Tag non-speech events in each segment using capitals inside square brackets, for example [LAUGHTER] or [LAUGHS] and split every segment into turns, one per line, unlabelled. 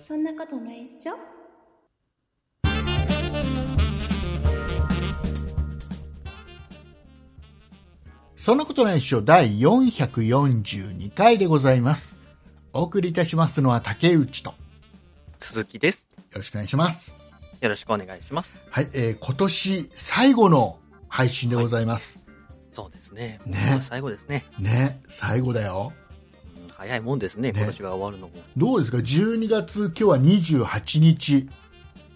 そんなことないっしょ
そんなことないっしょ第442回でございます。お送りいたしますのは竹内と。よ
鈴木です。
ろしくお願いします。
よろしくお願いします。
はい、えー、今年最後の配信でございます。
そうですね。
ね
もう最後ですね。
ね、最後だよ。
うん早いもんですね、
ね
今年が終わるのも。
どうですか ?12 月、今日は28日。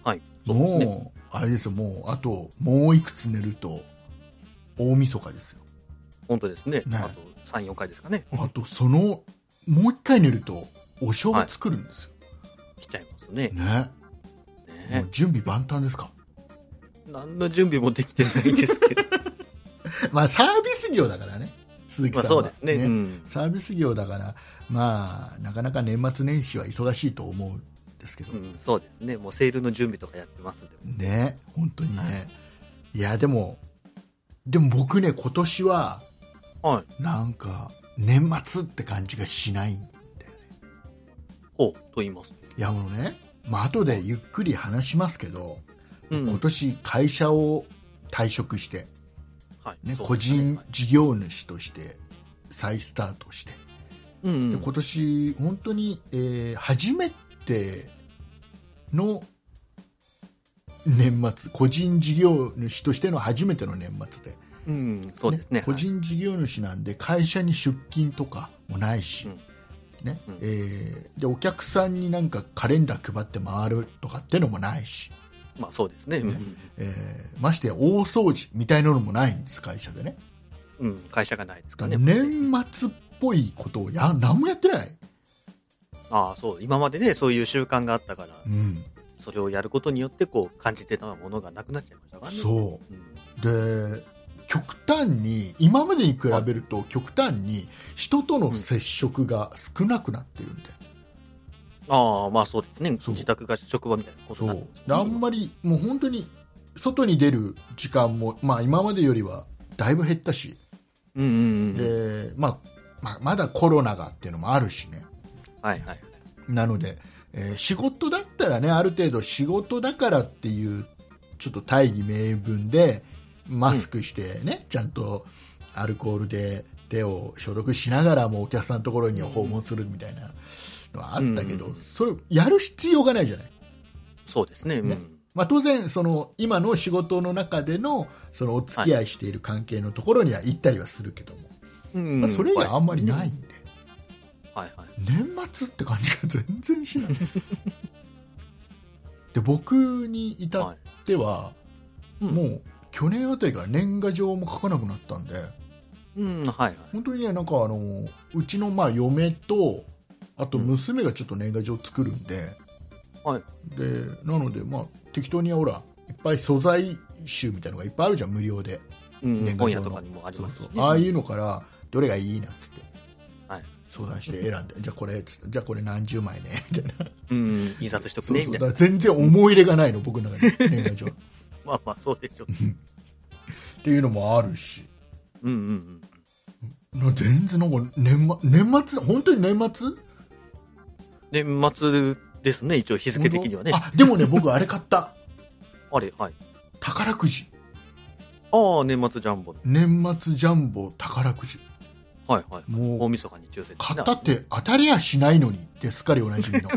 はい。そうですね。
もう、あれですよ、もう、あと、もういくつ寝ると、大晦日ですよ。
本当ですね。
ね
あと3、4回ですかね。
あと、その、もう一回寝ると、お正月来るんですよ。
来ちゃいますね。
ね。も
ね
う準備万端ですか
何の準備もできてないです [LAUGHS] けど。
まあサービス業だからね、鈴木
まあ
さん
そ
は、
うですね。うん。
サービス業だから、まあ、なかなか年末年始は忙しいと思うんですけど、
うん、そうですね。もうセールの準備とかやってますんで。
ね、本当にね、、
はい
や、でも、でも僕ね、今年は、
はい。
なんか、年末って感じがしないんだよね。
ほう、と言います。
いや、あのね、まあ後でゆっくり話しますけど、
うん。
今年、会社を退職して、
はい。
ね、
そう
個
ですね
人事業主として再スタートして、
うんう
で
ん。
今年本当に、えー初めての年末個人事業主としての初めての年末で,ね、
うん、そうですね。
個人事業主なんで会社に出勤とかもないし、ね
うん
えーでお客さんになんかカレンダー配って回るとかってのもないし、
はい。まあそうですね。うん
えーましてや大掃除みたいなのもないんです会社でね
うん。うん、会社がないですか
だ
ね。
から年末っぽいことをや何もやってない、
ああ、そう。今までね、そういう習慣があったから
う、ん、
それをやることによって、こう、感じてたものがなくなっちゃいましたからね。
そう
うん。
で極端に今までに比べると極端に人との接触が少なくなってるんで、
ああ、まあそうですね。
そう
自宅が職場みたいなことに
そ
な
う
ってます
であんまりもう本当に外に出る時間も、まあ、今までよりはだいぶ減ったし、
うんうんうん。
でまあまあ、まだコロナがっていうのもあるしね
はいはい。
なので、えー仕事だったらねある程度仕事だからっていうちょっと大義名分でマスクしてね、ちゃんとアルコールで手を消毒しながらもお客さんのところに訪問するみたいなのはあったけど、
うん
それやる必要がないじゃない。
そうですね。う
ね
ん。
まあ、当然その今の仕事の中でのそのお付き合いしている関係のところには行ったりはするけども、
うん
まあ、それ以外あんまりない。んで、
はいはい。
年末って感じが全然
[LAUGHS]
しないで僕に至
は
っ
い。
ては、
うん
もう去年あたりから年賀状も書かなくなったんで
うん、はいはい。
本当にねなんかあのうちのまあ嫁とあと娘がちょっと年賀状作るんで、
はい
でなのでまあ適当にほらいっぱい素材集みたいのがいっぱいあるじゃん無料で
うん、
年賀
本
状
屋
の
とかにもあり
そう
ますし
そう。
ね
ああいうのからどれがいいなっつって、
はい
相談して選んでじゃあこれっつってじゃあこれ何十枚ねみたいな
うん、印刷しとく
そう
ね、
そう
み
だ
たい
か
な。
ら全然思い入れがないの、僕の中に、年賀状。っ
まあまあ、そうでしょう。
ていうのもあるし、
うんうんうん。
な全然なんか年末、年末、本当に年末
年末ですね、一応日付的にはね。
あ、でもね、僕あれ買った。
あれ、はい。
宝くじ。
ああ、年末ジャンボの。
年末ジャンボ宝くじ。
はいはい。
も
大
う、
晦日に抽選
買ったって当たりやしないのにってすっかりおなじみの。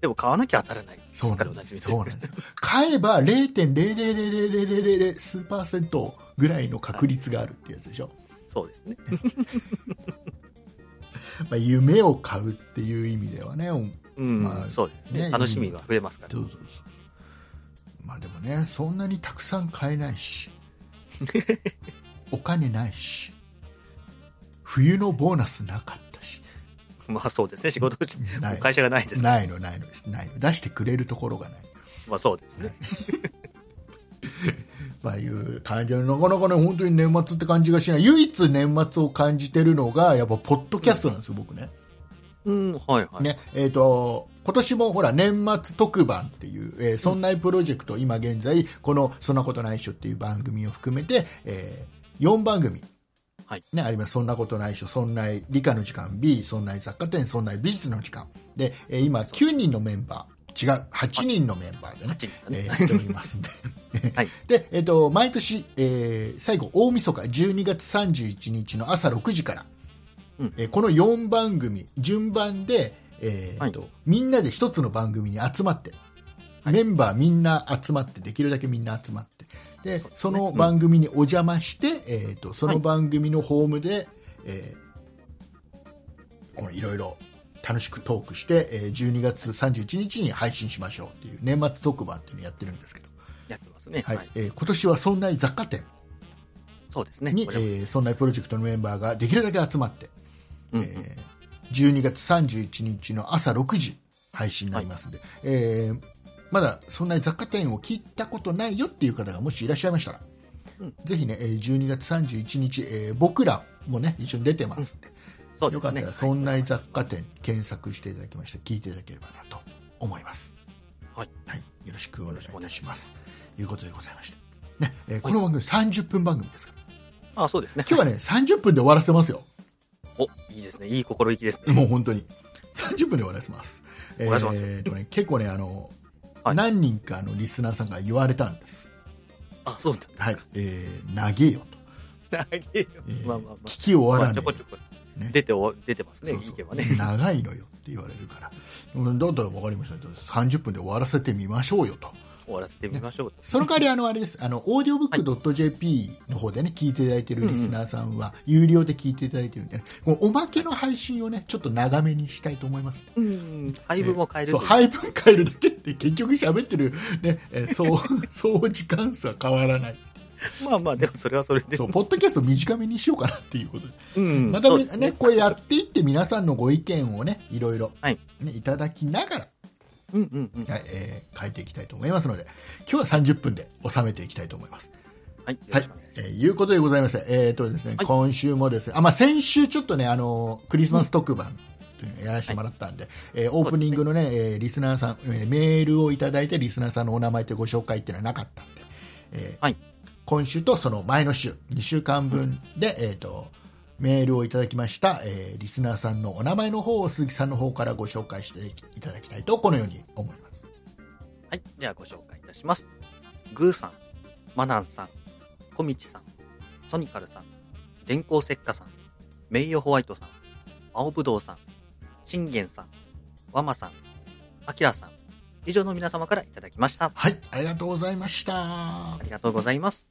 でも買わなきゃ当たらない。
そう
すっ
な
かり
ん
おな
で
じ
す
み
よ。そうなんですよ。買えば0.0000000数パーセントぐらいの確率があるってやつでしょ。
そうですね。
まあ、夢を買うっていう意味ではね、
うん、
まあ
そうです
ね
ね。楽しみが増えますから
そ。うそうそうまあでもねそんなにたくさん買えない
[LAUGHS]
しお金ないし冬のボーナスなかったし
まあそうですね、仕事口、
ない
もう会社がないですから。
ないのないのないの出してくれるところがない
まあそうですね。
まあいう感じのなかなかね本当に年末って感じがしない唯一年末を感じてるのがやっぱポッドキャストなんですよ、僕ね
うん、はいはい。
ねえー、と今年もほら年末特番っていう、えーそんなプロジェクト、今現在この「そんなことないっしょ」っていう番組を含めて、え4番組
はい。
ね、あります。そんなことないっしょ。そんな理科の時間 B、そんな雑貨店、そんな美術の時間。で、えー今9人のメンバー、違う、8人のメンバーでね、
8人だ
え
ね
ーやっておりますんで。
はい。
で、えっ、と、毎年、えー最後、大晦日、12月31日の朝6時から、
うん
えーこの4番組、順番で、えーっとみんなで一つの番組に集まって、
はい
メンバーみんな集まって、できるだけみんな集まって、で、
そうですね
その番組にお邪魔して、えーっと、その番組のホームで、えーこのいろいろ楽しくトークして、えー12月31日に配信しましょうっていう年末特番っていうのやってるんですけど、
やってますね。
は
はいい。
えー今年はそんな雑貨店
そうですね。
に、
こ
え
れも
ーそんなプロジェクトのメンバーができるだけ集まって、
うんうん
えー12月31日の朝6時配信になりますので、えーまだそんな雑貨店を聞いたことないよっていう方がもしいらっしゃいましたら、
うん
ぜひね、えー12月31日、えー僕らもね一緒に出てますんで、
そうで
よか
す
った
ね。
らそんな雑貨店検索していただきまして聞いていただければなと思います。
はい。
はい、よろしくお願いい
よろ
た
し
し
くお
ま
願いします
す。ということでございまして、ねえーこの番組30分番組ですから。
あ、そうですね。
今日はね、30分で終わらせますよ。
お、いいですね。いい心意気ですね。
もう本当に。30分で終わらせます。え
お願いします
ーっとね、結構ね、あの、
はい
何人かのリスナーさんが言われたんです。
あ、そうなんですか。
はい。えー、長えよと。
長いよ
えー
まあまあまあ。
聞き終わら
まあち
な
ょ
い。
こちょこ
ね
出てお、出てますね、
そうそう
意見はね。
長いのよって言われるから。うんだったら分かりました。じゃあ30分で終わらせてみましょうよと。
終わらせてみましょう。
その代わり、あの、あれです。あの、オーディオブックドット JP の方でね、聞いていただいてるリスナーさんは、有料で聞いていただいてるんでね、このおまけの配信をね、ちょっと長めにしたいと思います。
うん。配分も変える
そ
と
う
いう。
配分変えるだけって結局喋ってる、ねえーそう [LAUGHS] そう時間数は変わらない
まあまあ、でもそれはそれで
そ。うポッドキャスト短めにしようかなっていうことで、
うん。
また
そう
み
です
ね、これやっていって皆さんのご意見をねいろいろ、
はい
ね、いただきながら、
うんうんうん。
はいえー変えていきたいと思いますので今日は30分で収めていきたいと思います。
はい。よ
は
ろ
い
しくお願いしま、
えーいうことでございまして、えーとですね
はい
今週もですね、あまあ、先週ちょっとね、あのークリスマス特番というのをやらせてもらったんで、えーオープニングのね、えーリスナーさん、えーメールをいただいて、リスナーさんのお名前とご紹介っていうのはなかったんで、えー
はい
今週とその前の週、2週間分で、えーと、メールをいただきました、えーリスナーさんのお名前の方を鈴木さんの方からご紹介していただきたいと、このように思います。
す。はい。ではご紹介いたします。グーさん、マナンさん、コミチさん、ソニカルさん、電光石火さん、メイヨホワイトさん、青ぶどうさん、信玄さん、ワマさん、アキラさん、以上の皆様からいただきました。
はい、ありがとうございました
あ。りがとうございます。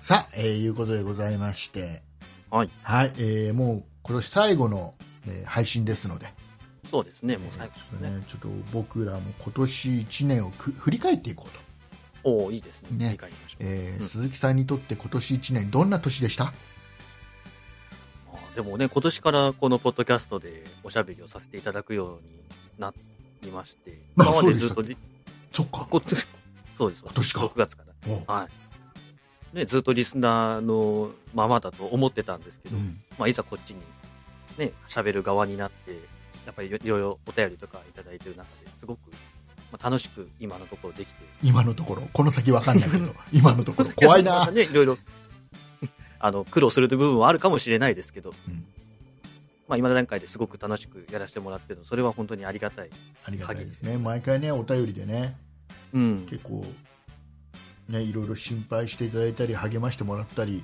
さあ、えーいうことでございまして、
はい。
はい、えーもう今年最後の、えー配信ですので、
そうですね。もう最後ですね。
ね、ちょっと僕らも今年1年をく振り返っていこうと、
おおいいですね。
ね
振り返りましょう。
えー
うん
鈴木さんにとって今年1年どんな年でした
あーでもね、今年からこのポッドキャストでおしゃべりをさせていただくようになりまして、
あ
今までずっとリ、
そっか
こそうです、そうです。
今年か
6月か
お
ら。はい。ね、ずっとリスナーのままだと思ってたんですけ
う
ど、
ん、
まあ、いざこっちに、ね、喋る側になって、やっぱりいろいろお便りとかいただいてる中で、すごく、まあ、楽しく今のところできて、
今のところこの先わかんないけ [LAUGHS] ど今のところ [LAUGHS] 怖い
ま
な [LAUGHS]
た、ね、いろいろ、 [LAUGHS] あの、苦労する部分はあるかもしれないですけど、
うん
まあ、今の段階ですごく楽しくやらせてもらってるの、それは本当にありがたい。
ありがたいですね毎回ねお便りでね
うん。
結構ねいろいろ心配していただいたり励ましてもらったり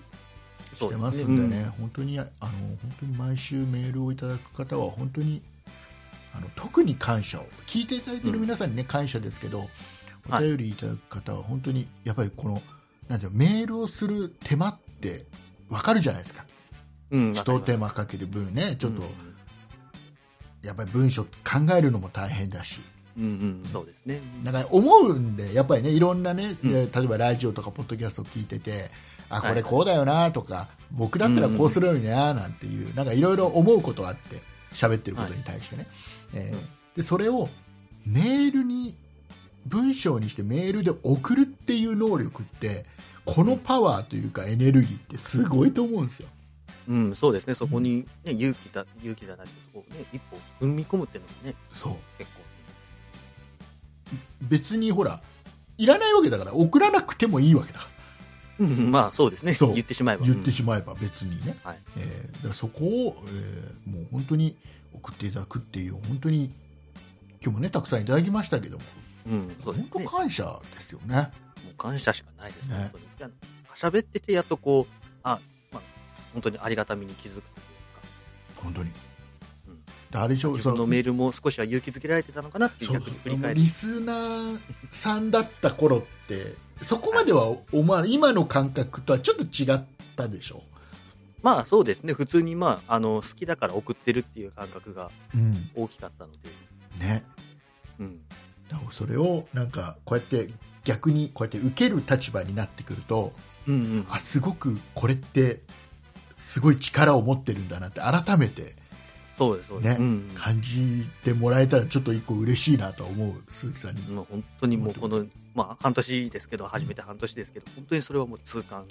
し
そう
て
で
ますんでね、本当にああの本当に毎週メールをいただく方は本当にあの特に感謝を聞いていただいている皆さんにね、感謝ですけどお
はい
便りいただく方は本当にやっぱりこのなんていうのメールをする手間ってわかるじゃないですか
うん。うん、
一手間かける分ねちょっと、
う
やっぱり文章考えるのも大変だし
ん、うん、うん、そうですね。
だから思うんでやっぱりねいろんなね、
うん
えー例えばラジオとかポッドキャストを聞いててあこ
は
れ
い
こうだよなとか、僕だったらこうするようにななんていう、なんかいろいろ思うことあって喋ってることに対してね、えーでそれをメールに文章にしてメールで送るっていう能力ってこのパワーというかエネルギーってすごいと思うんですよ
うん、そうですね、そこに、ね、勇気だ、勇気だなり、こうね、一歩踏み込むっていうのもね、
そう
結構。
別にほらいらないわけだから送らなくてもいいわけだか
うん、まあそうですね、
そう
言ってしまえば。
ら言ってしまえば別にね、
はい
えーだからそこを、えーもう本当に送っていただくっていう本当に今日もねたくさんいただきましたけども
うん、うん、そうです
本
ね。
当感謝ですよね
もう感謝しかないです
ね
ね、本当に。じゃあ喋ってて、やっとこう、あ、まあ、本当にありがたみに気づくという
本当に、
ん
であれでしょ
か、自分の
そ
メールも少しは勇気づけられてたのかなっていう
そう
逆に振り
あの
返る
リ。スナーさんだった頃ってそこまでは思わない今の感覚とはちょっと違ったでしょ、
まあそうですね、普通にまあ、あの、好きだから送ってるっていう感覚が
うん
大きかったので、
ね、
うん。
だからそれをなんかこうやって逆にこうやって受ける立場になってくると
うんうん。
あすごくこれってすごい力を持ってるんだなって改めて
そうです、そうです。
ね
うん
感じてもらえたらちょっと一個嬉しいなとは思う鈴木さんに
うん。もう本当にもうこの、まあ半年ですけど、始めて半年ですけど、本当にそれはもう痛感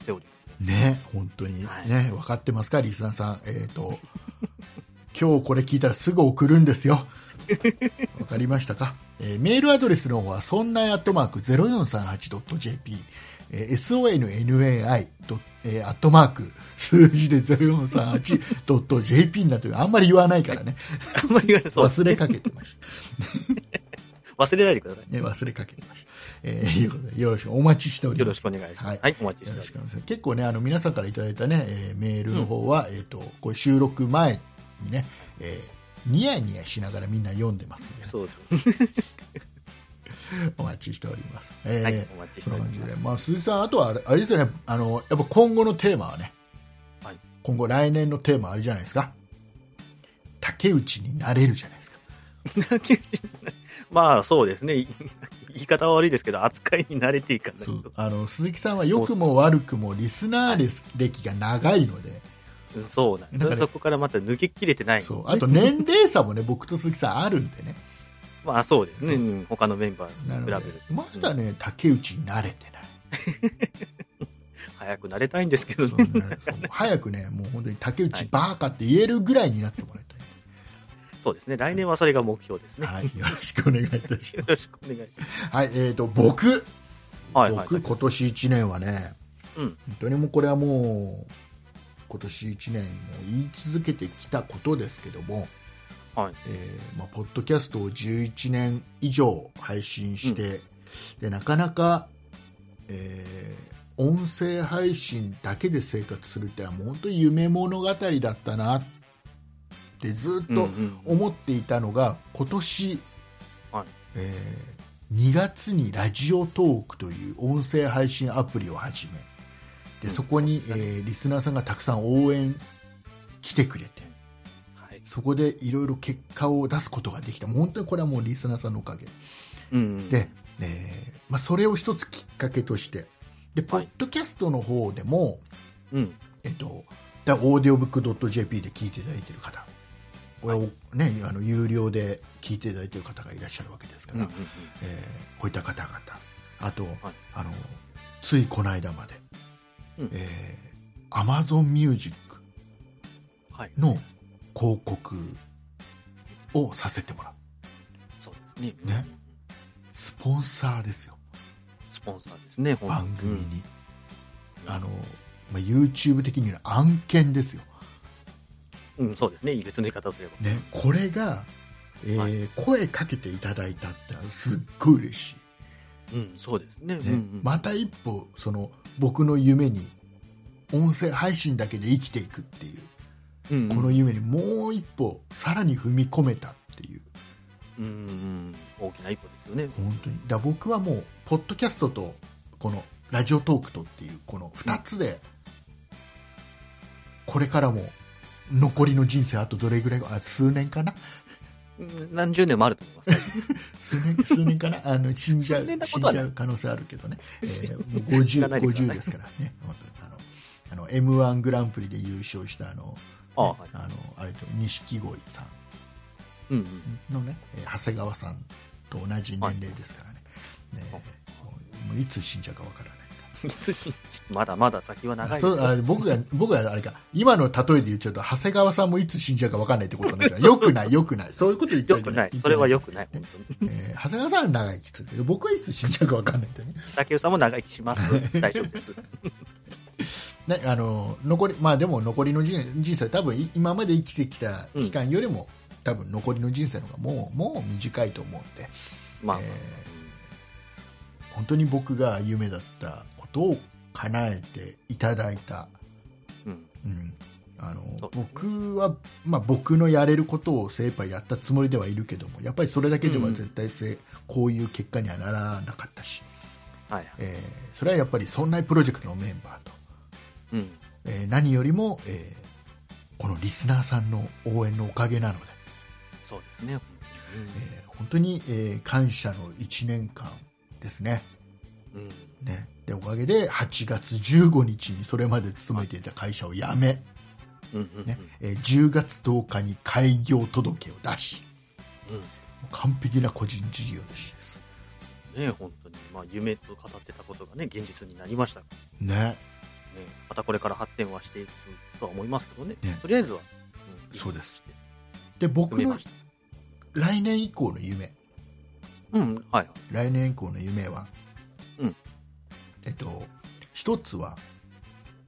しております。
ね、本当に、
はい
ね、分かってますか、リスナーさん。えっ、と、今日これ聞いたらすぐ送るんです
[LAUGHS]
よ。わかりましたか、えーメールアドレスの方は、そんなアットマーク 0438.jp、えー sonnai ドッ、えーアットマーク、数字で 0438.jp になってる。あんまり言わないからね。
[LAUGHS] あんまり言わないそう
忘れかけてました。
忘れないでください。
ね、忘れかけてました。えーいうことでよろしくお待ちしており
よ
ま
ろ
す
し。くお願いします。
は
はいい、お待ちし
よろ
てお
しくお願
りま
いします結構ねあの皆さんからいただいたね、えーメールの方は、えっ、とこう収録前にね、えーニヤニヤしながらみんな読んでますんでね
す。、そうです。
お待ちしております。えー
はい、お待ちし
そ
て
ん
お
な感じ
りま。、
ですまあ鈴木さんあとはあれあれですよねあのやっぱ今後のテーマはね、
はい
今後来年のテーマあれじゃないですか。竹内になれるじゃないですか。
まあ、そうですね。 [LAUGHS] い言い方は悪いですけど、扱いに慣れていかない
そ
と。
うあの鈴木さんは良くも悪くもリスナーレス歴が長いので。
うんそうなん
だから
です。そこからまた抜けきれてない。
そうあと年齢差もね僕と鈴木さんあるんでね
まあ、そうですね。うん他のメンバ
なの
ーに
で
比べると。
まだね竹内に慣れてない
早く慣れたいんですけど
そん
ね。
なねそう早くねもう本当に竹内バーカって言えるぐらいになってもらいた
そうですね。来年はそれが目標です
い、
ね。よ
はい、よろしくお願いいたします
ろしくお願いします。
はいえー、と僕、
はい、はい。
僕今年1年はね、
うん
本当にもうこれはもう今年1年も言い続けてきたことですけども、
はい。
えーまあ、ポッドキャストを11年以上配信して、でなかなか、えー音声配信だけで生活するってのはもう本当に夢物語だったなってずっ
うんう
と
ん
思っていたのが、今年、
はい
えー2月にラジオトークという音声配信アプリを始め
うん
でそこに、えーリスナーさんがたくさん応援来てくれて。
はい。
そこでいろいろ結果を出すことができた、もう本当にこれはもうリスナーさんのおかげ
うんうん。
で、えーまあ、それを一つきっかけとして、でポッドキャストの方でも、
うん。
えっと、だオーディオブックドット JP で聞いていただいている方、これをね、あの有料で聞いていただいている方がいらっしゃるわけですか
うんう
ら、
んうん
えーこういった方々、あと、あのついこの間まで、
うん
えー、Amazon Music
はい。
の広告をさせてもらう。
そうですね。
ねスポンサーですよ
スポンサーですね、本当
番組
うん
に、あの、まあ、YouTube 的には案件ですよ、
うん、そうですね。いい別の言い方をすれば。
ね、これが、えー
は
声かけていただいたってのはすっごい嬉し
うん、そうですね。
い、ね
うんうん
また一歩その僕の夢に音声配信だけで生きていくっていう
うんうん
この夢にもう一歩さらに踏み込めたっていう
うんうんうん、大きな一歩ですよね。
本当にだから僕はもうポッドキャストとこのラジオトークとっていうこの2つでこれからも残りの人生あとどれぐらいかあ数年かな
うん何十年もあると思い
[LAUGHS]
ます。
数
[LAUGHS]
年数年かなあの死んじゃう
数年な
死
こ
ん
とは
じ
ない
ゃう可能性あるけどね、えー、もう
[LAUGHS] 知らないでくださ
50,
い
50ですからね本当にあのあの m 1グランプリで優勝したあの,、
あはい
あのあえっと、錦鯉さん
うんうん。
のね、えー長谷川さんと同じ年齢ですからね。ね
あ
もういつ死んじゃうかわからない。
いつ死んじゃうまだまだ先は長いです
そ
よ
うあ僕が、僕があれか、今の例えで言っちゃうと、長谷川さんもいつ死んじゃうかわかんないってことになんですよ。よくない、よくない。そういうこと言っちゃ
よ
うと
く
ね
ない。それはよくない。本当に。
えー長谷川さんは長生きするけど、僕はいつ死んじゃうかわかんないってね。
竹内さんも長生き
[LAUGHS]
します。大丈夫です。
ね、あの、残り、まあでも残りの人人生、多分い今まで生きてきた期間よりも、多分残りの人生の方がもう、もう短いと思うんで、
まあ
え、ー本当に僕が夢だったことを叶えていただいた
うん。
うんあの
そう
僕は、まあ、僕のやれることを精一杯やったつもりではいるけどもやっぱりそれだけでは絶対せ、こういう結果にはならなかったし、
はいはい。
えーそれはやっぱり「そんなプロジェクト」のメンバーと、
うん。
えー何よりも、えーこのリスナーさんの応援のおかげなので、
そうですね。
えー本当に、えー感謝の1年間ですね
うん。うん
ねでおかげで8月15日にそれまで勤めていた会社を辞め、
うんうんうん。
ねえー10月10日に開業届を出し
うん。
完璧な個人事業主です
ね本当に。まあ、夢と語ってたことがね、現実になりましたから
ね
ね。またこれから発展はしていくとは思いますけどね
ね。
とりあえずは。ん
そうです。で僕
組み
の
ました。
来年以降の夢
うん。はいはい。
来年以降の夢は、
うん
えっと一つは、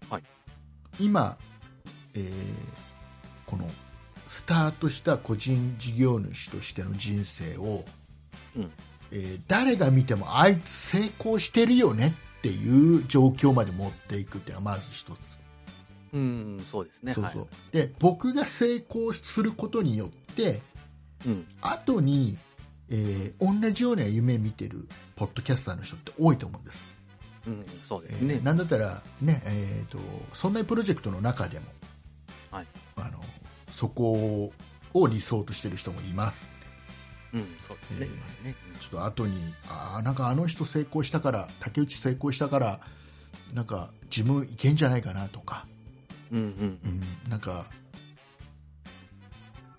はい
今、えーこのスタートした個人事業主としての人生を、
うん
えー誰が見てもあいつ成功してるよねっていう状況まで持っていくっていうのはまず一つ
うん、そうですね。
そう
は
そう、
い。
で僕が成功することによって
うん。
後に、えー同じような夢見てるポッドキャスターの人って多いと思うんです、
うん、そう
え
です
ー
ね。
なんだったらねえーとそんなプロジェクトの中でも、
はい
あのそこを理想としてる人もいます
うん、そうですね。
えー
今ね
ちょっと後にあーなんかあの人成功したから竹内成功したからなんか自分いけんじゃないかなとか
うん、うん、
うんなんか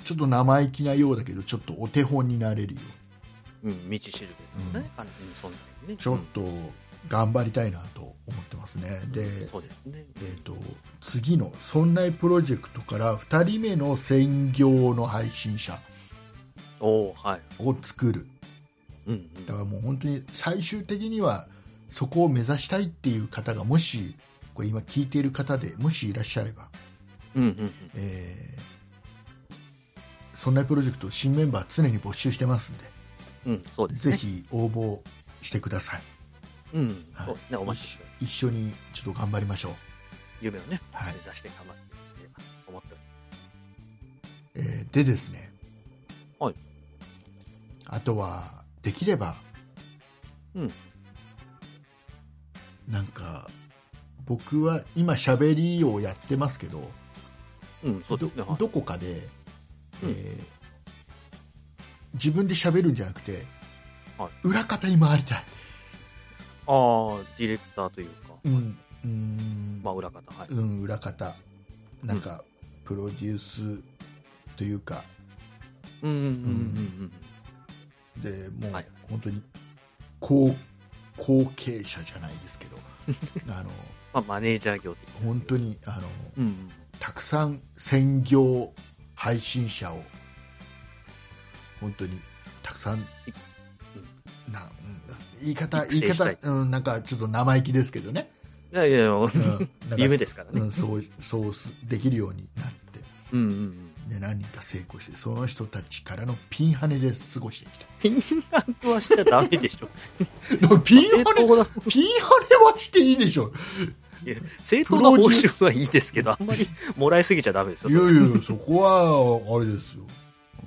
ちょっと生意気なようだけどちょっとお手本になれるよ
うん、うん、道しるべですね。完全に存在ね。
ちょっと頑張りたいなと思ってますね、で、
うんそうですね。
えー、と次の「そんなプロジェクト」から2人目の専業の配信者
おおはい。
を作る
うん、うん。
だからもう本当に最終的にはそこを目指したいっていう方がもしこれ今聞いている方でもしいらっしゃれば
うん、うん、うん。
えーそんなプロジェクト新メンバー常に募集してますんで
うん、そうですね。
ぜ。ひ応募してください、
うん、
はい
そうですね。お待ちしております
一緒にちょっと頑張りましょう、
夢をね、
はい
目指して頑張っていければと思っており
えーでですね、
はい
あとはできれば、
うん
なんか僕は今しゃべりをやってますけど
ます。うん、そうですね。
ど
はい。
どこかで、
うん
えー自分でしゃべるんじゃなくて、
はい
裏方に回りたい。
ああ、ディレクターというか、
うん、うん
まあ、裏方、はい。
うん、裏方なんか、プロデュースというか
うん、うん、うん、
でもう
はい
本当に後後継者じゃないですけ
[LAUGHS]
どあの
まあ、マネージャー業的な
本当にあの
うんうん。
たくさん専業配信者を本当にたくさんな、うん、言い方
育成
言い方
したい、
うん、なんかちょっと生意気ですけど
[LAUGHS]
ね、
いやいやいや、うん、
うんなんか
夢ですからね
うん、そうそうすできるようになって
うん、うん。
ね、何人か成功してその人たちからのピンハネで過ごして
[LAUGHS]
き
ピンハネはしちゃダメでしょ。
たピン
正
ハネ
当な、
ピンハネはしていいでしょ
いや正当な報酬はいいです [LAUGHS] けど、あんまりもらいすぎちゃダメですよ。
い
それ
やいやそこはあれですよ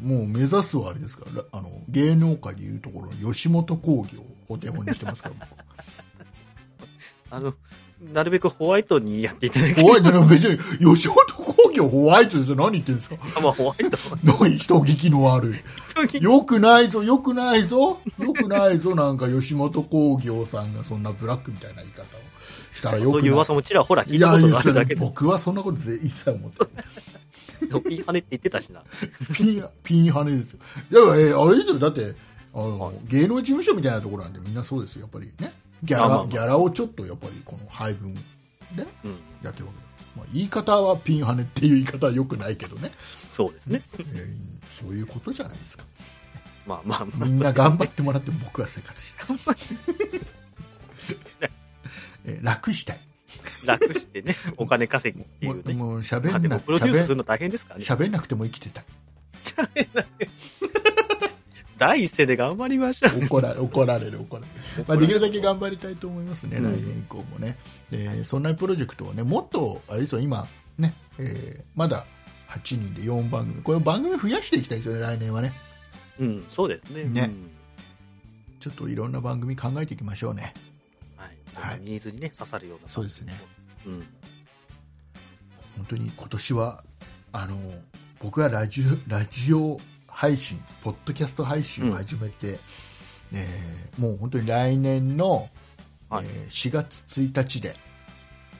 もう目指すはあれですかららあの芸能界でいうところの吉本興業をお手本にしてますから僕
あの、なるべくホワイトにやっていただき
ホワイトの別に吉本興業ホワイトですよ何言ってるんですか
たまあホワイト
何人聞きの悪い
に。
よくないぞよくないぞよくないぞなんか吉本興業さんがそんなブラックみたいな言い方をしたらよ
そ
く
ういう
ない
噂もちらほら聞
い
いた
や
こ
い
と
や
があるだけで。
僕はそんなことぜ一切思ってない
ピンハネって言ってたしな。
ピン、ピンハネですよ。だから、えーあれですよ。だって、あの、
はい
芸能事務所みたいなところなんでみんなそうですよ。やっぱりね。ギャラ、
あまあまあ
ギャラをちょっとやっぱりこの配分でね
うん。
やってるわけです。まあ、言い方はピンハネっていう言い方は良くないけど
[LAUGHS]
ね。
そうですね。
えーそういうことじゃないですか。
まあまあま
みんな頑張ってもらって僕は生活したい。 [LAUGHS] えー楽したい。
あ、楽してね、お金稼ぎってい
も
う
う
ね。
もう喋
まあ
ん
で
な
も、
く
プロデュースす
喋
る
ん
の大変ですからね。
喋んなくても生きてたい。
第一声で頑張りましょう。
怒ら怒られる怒られる、まあ、できるだけ頑張りたいと思いますね、
うん
来年以降もねでそんなプロジェクトをねもっとあれですよ今ね、えーまだ8人で4番組これ番組増やしていきたいですよね来年はね
うん、そうですね。
ね
うん
ちょっといろんな番組考えていきましょうね
はい。
はい
ニーズにね、刺さるような。
そうですね。
うん。
本当に今年はあの僕はラジオラジオ配信ポッドキャスト配信を始めて、えーもう本当に来年の、
はい
え。ー4月1日で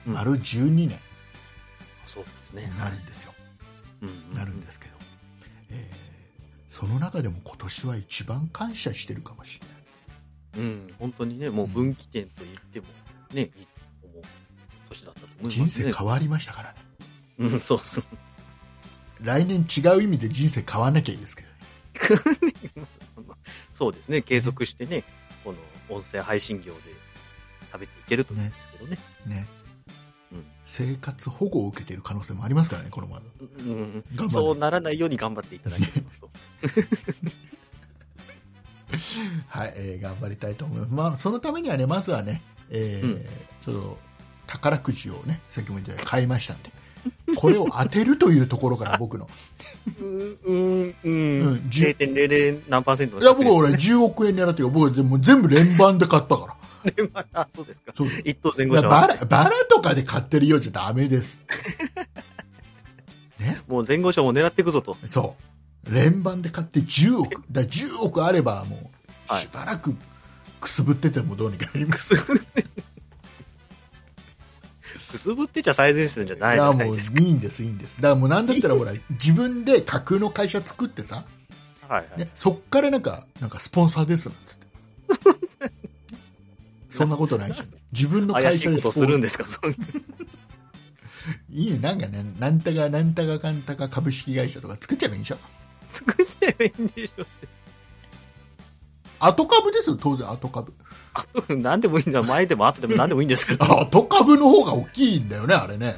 うん
丸12年
そうです
に
ね。
なるんですよ、
うん。
なるんですけど、えーその中でも今年は一番感謝してるかもしれない
うん、本当にね、もう分岐点と言っても、ね、いいと思う年だったと思いますね。
人生変わりましたからね
うん、そうそう。
来年違う意味で人生変わらなきゃいいですけどね
そうですね、継続してね、この音声配信業で食べていけると思うんですけどね。
ね、
うん
生活保護を受けている可能性もありますからねこのまま
うん
頑張る
そうならないように頑張っていただければと。
はい、えー頑張りたいと思います、まあ、そのためにはねまずはね、えー
うん
ちょっと宝くじをねさっきも言ったように買いましたんでこれを当てるというところから
[LAUGHS]
僕の
うん、うん、う
うん
ん。0.00何パーセントの
いや僕は
は
俺10億円狙ってるよ僕はでも全部連番で買ったから
[LAUGHS] あ、そうですか。
そう
一等前
い
後
や
賞。
バラバラとかで買ってるようじゃダメです
もう前後賞も狙っていくぞと。
そう連番で買って10億だから10億あればもう
はい
しばらくくすぶっててもどうにかなります、
くすぶってちゃ最前線じゃない
い
じ
や
ゃな
も
いう
い
です
いんですいいんですだからもうなんだったらほら自分で架空の会社作ってさ、
か。はいはい。
ね、そっからなんかなんかスポンサーですなん
[LAUGHS]
つってそんなことないでしょ自分の
怪
会
し
社
い
で
こ
スポ
と
ン
するんですか、そういう
いいねなんかねなんたかなんたかかんたか株式会社とか作っちゃえばいいんでしょ
作っちゃえばいいんでしょ
後株ですよ当然後株
うん [LAUGHS] 何でもいいんだ。前でも後でも何でもいいんですけど。
あ後株の方が大きいんだよね [LAUGHS] あれね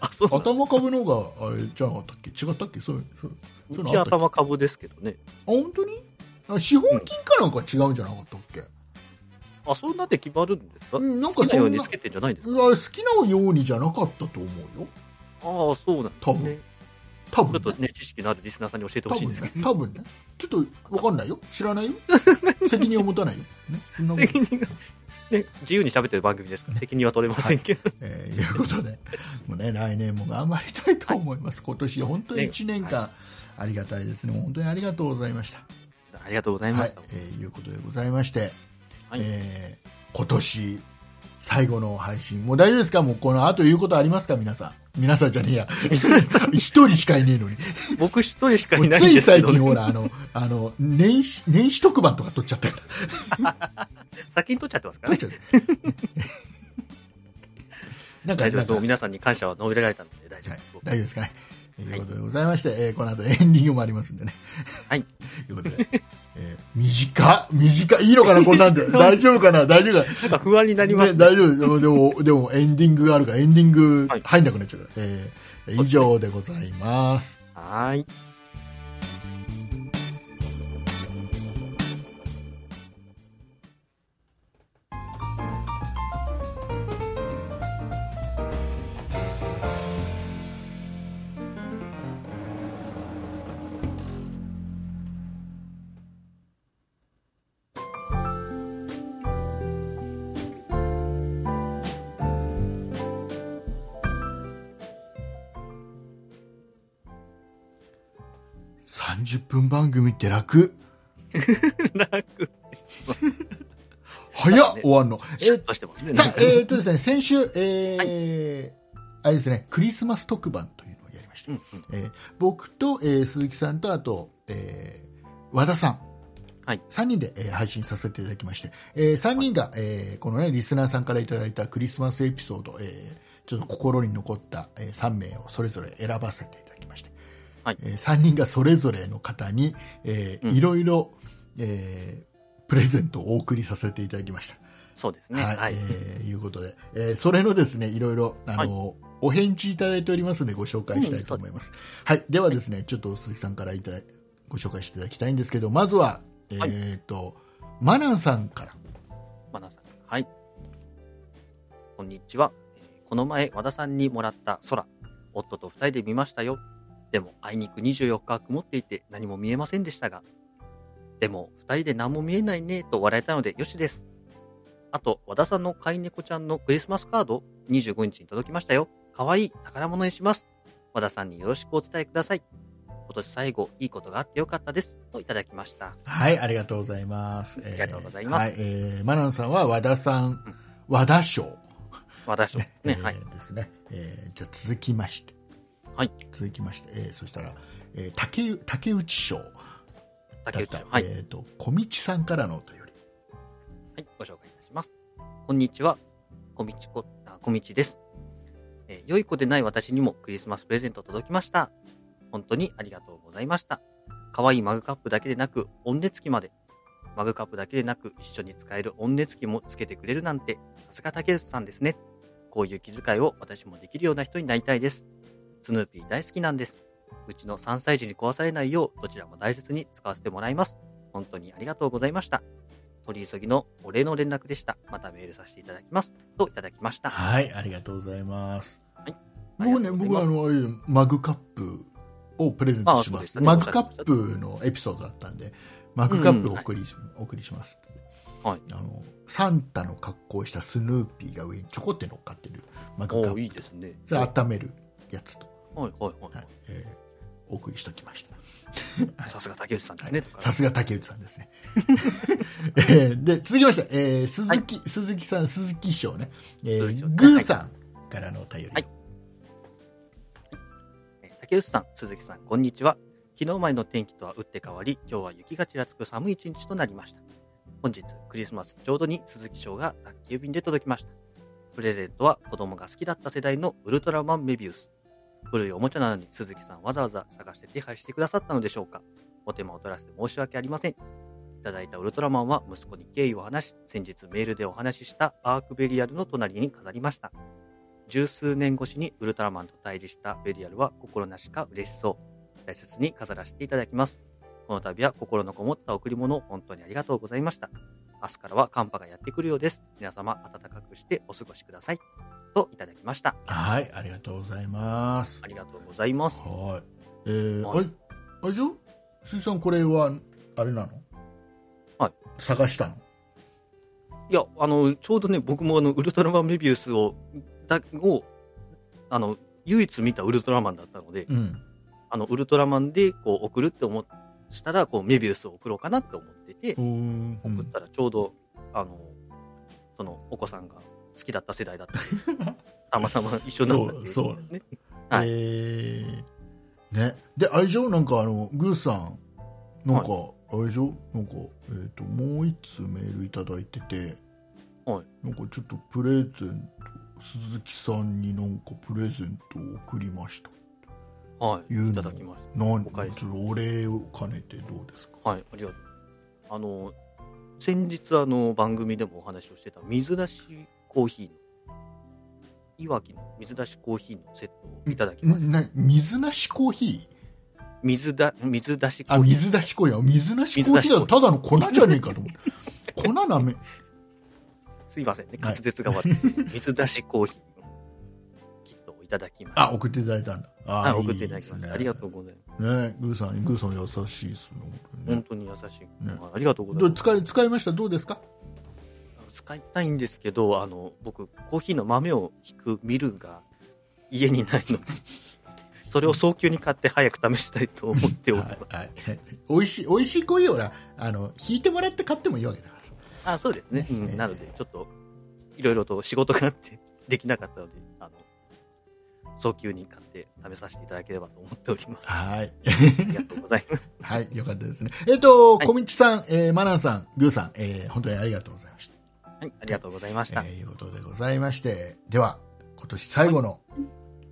あ、そうなんだ。
頭株の方があれじゃなかったっけ違ったっけそうそうそういう
う
の
ち
あったっけあ
頭株ですけどね。
本当にあ資本金かなんか違うんじゃなかったっけ、
あ、そんなで決まるんですか
うん、なん
好
か
きな
そ
ようんに
な
つけてんじゃないんですか
あれ好きなようにじゃなかったと思うよ
ああ、そうなんですね。
多
ちょっ
分
と
ね
ね、知識のあるリスナーさんに教えて
多
ほしいん
分
ですけ
ね多分ねちょっと分かんないよ知ら
[LAUGHS]
ないよ責任を持たないよ、ね、そんな
ど。
こと
責任が、ね、自由に喋ってる番組ですから、責任は取れませんけど。
えーいうことで、もうね、来年も頑張りたいと思います。今年、本当に1年間、ありがたいですね。もう本当にありがとうございました。
ありがとうございま
はい
し、た。
えーいうことでございまして、
はい
えー今年、最後の配信、もう大丈夫ですかもうこの後言うことありますか皆さん。皆さんじゃねえや。
[LAUGHS]
一人しかいねえのに。
僕一人しか
も
[LAUGHS] いうな
つ
いん
い
ですけ
最
ど、
近、
ね、
ほら、あの、あの、年始、年始特番とか撮っちゃ
[LAUGHS]
ったから。
先に取っちゃってますか
撮っ
らね。
ちゃった。なんか、なん
大丈夫です。も
か
う、皆さんに感謝は述べられたんで大丈夫
はい
です。、
大丈夫ですかね。ということでございまして、えーこの後エンディングもありますんで
[LAUGHS]
ね。
はい。
ということで、えー短っ短っいいのかなこんなん
[LAUGHS]
で。大丈夫かな大丈夫か
なんか不安にな
な、
ります
ね大丈夫でも、でも、でもエンディングがあるから、エンディング
はい
入んなくなっちゃうから。えー以上でございます。
はーい。
30分番組って楽。
[LAUGHS] 楽、
早っ、終わん
[LAUGHS]
の。え
シュッ
ー
としてますね。
さあ、えーっとですね、先週、えーあれですね、クリスマス特番というのをやりました。し、
うんうん。
えー僕と、えー鈴木さんとあと、えー和田さん、
はい
3人で、えー配信させていただきまして、え3人が、えーこの、ね、リスナーさんからいただいたクリスマスエピソード、えーちょっと心に残った、え3名をそれぞれ選ばせていただきまして、
はい
え3人がそれぞれの方に、えー
うん
いろいろ、えープレゼントをお送りさせていただきました。
そうですね。はい。
えーいうことで、えーそれのですね、いろいろ、あの、お返事いただいておりますので、ご紹介したいと思います。はい。ではですね、ちょっと鈴木さんからいただご紹介していただきたいんですけど、まずは、えっ、
はい
と、マナンさんから。
マナさん。はい。こんにちは。えーこの前、和田さんにもらった空、夫と二人で見ましたよ。でも、あいにく24日は曇っていて何も見えませんでしたが。でも、二人で何も見えないね、と笑えたのでよしです。あと、和田さんの飼い猫ちゃんのクリスマスカード、25日に届きましたよ。かわいい、宝物にします。和田さんによろしくお伝えください。今年最後、いいことがあってよかったです。といただきました。
はい、ありがとうございます。えー
ありがとうございます
はい、えーマナンさんは和田さん、和田賞。
和田賞ですね。
えー
はい。
ですね。えーじゃあ続きまして。
はい。
続きまして、えーそしたら、えー竹う竹内賞だ
竹
っ
内
た
さん。はい
え。っ、と、小道さんからのお便り。
はい、ご紹介いたします。こんにちは。こみちこ、あ、こみちです。えー良い子でない私にもクリスマスプレゼント届きました。本当にありがとうございました。可愛いマグカップだけでなく、温熱器まで。マグカップだけでなく、一緒に使える温熱器もつけてくれるなんて、さすが竹内さんですね。こういう気遣いを私もできるような人になりたいです。スヌーピー大好きなんです。うちの3歳児に壊されないよう、どちらも大切に使わせてもらいます。本当にありがとうございました。取り急ぎのお礼の連絡でした。またメールさせていただきます。といただきました。
はい、ありがとうございます。
はい
僕ね、
ありがとうござい
僕
ます
はあのあれマグカップをプレゼントし
あそう
ま。
ですしたね
マグカップのエピソードだったんで、マグカップをお送り,、お送りします。
はい。
あのサンタの格好をしたスヌーピーが上にちょこって乗っかってるマグカッ
お
プ。
いいですね。
それ温めるやつと、
はいはいはい。
はいえーお送りしておきました。
[LAUGHS] さすが竹内さんですね。とか
さすが竹内さんですね。 [LAUGHS] えーで、続きまして、えー鈴木、鈴木さん、鈴木師匠ね、え
鈴木師匠
ー、
ね
グーさんからのお便り。
はいえー竹内さん、鈴木さん、こんにちは。昨日までの天気とは打って変わり、今日は雪がちらつく寒い一日となりました。本日、クリスマスちょうどに鈴木賞が宅急便で届きました。プレゼントは子供が好きだった世代のウルトラマンメビウス。古いおもちゃなのに鈴木さんわざわざ探して手配してくださったのでしょうか。お手間を取らせて申し訳ありません。いただいたウルトラマンは息子に敬意を話し、先日メールでお話ししたアークベリアルの隣に飾りました。十数年越しにウルトラマンと対峙したベリアルは心なしか嬉しそう。大切に飾らせていただきます。この度は心のこもった贈り物を本当にありがとうございました。明日からは寒波がやってくるようです。皆様暖かくしてお過ごしください。といただきました。
はい、ありがとうございます
あ。りがとうございます。
はい。えー、
はい
あれ、あれじゃ鈴木さん、これは、あれなの
はい。
探したの
いや、あの、ちょうどね、僕もあの、ウルトラマンメビウスを、だ、を、あの、唯一見たウルトラマンだったので、
うん。
あの、ウルトラマンで、こう、送るって思っしたら、こう、メビウスを送ろうかなって思ってて、
うーん。
送ったらちょうど、あの、その、お子さんが好きだった世代だった
[LAUGHS]
んでたまたま一緒になったっていうことですね。はい
えー、ね。で、あれじゃなんか、あの、グーさん、なんか、あれじゃなんか、えっ、と、もう一通メールいただいてて、
はい。
なんかちょっとプレゼント、鈴木さんになんかプレゼントを送りました。
はい。
言うの
いただきまし
何
お返し
ちょっとお礼を兼ねてどうですか
た。はい、ありがとう。あの、先日、あの、番組でもお話をしてた、水出しコーヒーの、いわきの水出しコーヒーのセットをいただきました。
んな水なしコーヒー
水だ、水出しコ
あ
ーヒー。
水出しコーヒーあ水なしコーヒーだとただの粉じゃねえかと思って [LAUGHS] 粉なめ
すいませんね、滑舌が悪い。水出しコーヒーのキットをいただきました。
あ送っていただいたんだあ
はい、送っていただきました。ありがとう
う
ございます。
ねグーさんグーさん優しいですね
本
ね
当に優しい。
ね
ありがとうござい
ど
ま
う
す。
使い使いましたどうですか
使いたいんですけど、あの、僕、コーヒーの豆をひくミルが家にない [LAUGHS] ので、それを早急に買って早く試したいと思っております。
はいはい美味しい美味しいコーヒーをなあの引いてもらって買ってもいいわけだからさ
あ、そうですね。う
ええ
ん、なので、ちょっと、いろいろと仕事があって、できなかったので、あの、早急に買って食べさせていただければと思っております。あ
はい。
りがとうございます。
はい、よかったですね。えっ、と、
はい
小道さん、えー、マナンさん、グーさん、えー本当にありがとうございまし。
はい、ありがとうございましたた。
えーいうことでございまして、では、今年最後の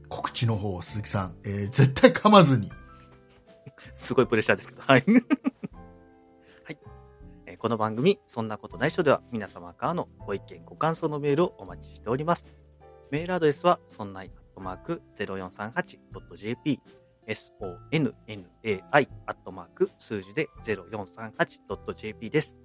告知の方を鈴木さん、えー絶対噛まずに。
すごいプレッシャーですけど、はい。 [LAUGHS] はい。えーこの番組、そんなことないっしょでは、皆様からのご意見、ご感想のメールをお待ちしております。メールアドレスは、そんないアットマーク 0438.jp、sonnai アットマーク数字で 0438.jp です。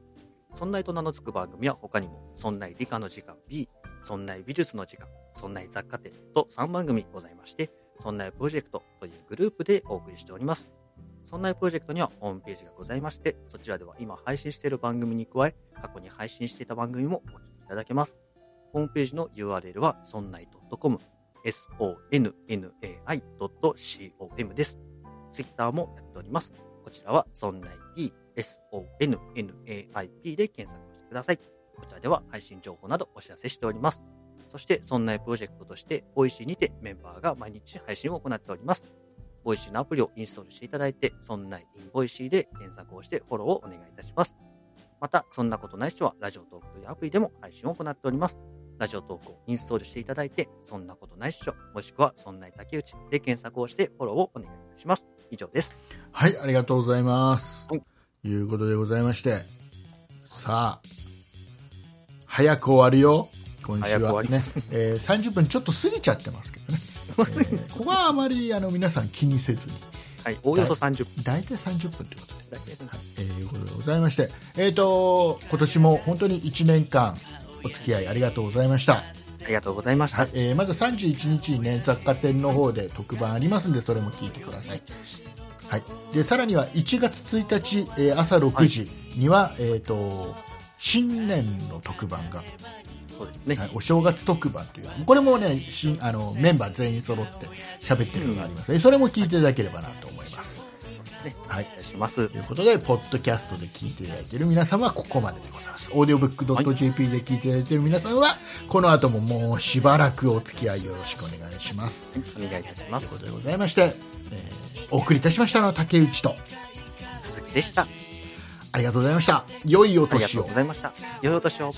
そんないと名の付く番組は他にも、そんない理科の時間 B、そんない美術の時間、そんない雑貨店と3番組ございまして、そんないプロジェクトというグループでお送りしております。そんなプロジェクトにはホームページがございまして、そちらでは今配信している番組に加え、過去に配信していた番組もお聞きいただけます。ホームページの URL は、そんない .com、sonnai.com です。ツイッターもやっております。こちらは、そんない p、sonnaip で検索してください。こちらでは配信情報などお知らせしております。そして、そんないプロジェクトとして、ボイシーにてメンバーが毎日配信を行っております。ボイシーのアプリをインストールしていただいて、そんないインボイシーで検索をしてフォローをお願いいたします。また、そんなことない人は、ラジオトークというアプリでも配信を行っております。ラジオトークをインストールしていただいて、そんなことない人、もしくは、そんない竹内で検索をしてフォローをお願いいたします。以上です。
はい、ありがとうございます。
はい
ということでございまして、さあ、早く終わるよ、今週
早く終
は
わり
ね
ま。
えー30分ちょっと過ぎちゃってます
[LAUGHS]
けどね。えーここはあまりあの皆さん気にせずに、
はい、おおよそ30分
大体30分ということで。
だけです。
えーいうことでございまして、えー、と今年も本当に1年間お付き合いありがとうございました、
ありがとうございました。
は
はいい、
えーまず31日に、ね、雑貨店の方で特番ありますんでそれも聞いてください、はい、でさらには1月1日、えー朝6時には、えー、と新年の特番が、
そうですね。
はいお正月特番というこれも、ね、新あのメンバー全員揃って喋ってるのがあります、ねそれも聞いていただければなと思います
そうですね。
はい
お願いします
と。いうことで、ポッドキャストで聞いていただいている皆様はここまででございます。オーディオブックドット JP で聞いていただいている皆さんは、この後ももうしばらくお付き合いよろしくお願いします。
お願いいたしま
というこ
す。
とでございまして、えーお送りいたしましたのは竹内と、
鈴木でした。あ
ありがとうございました。良いお
りが
年
とう
を
ご。ざいました。良いお年を。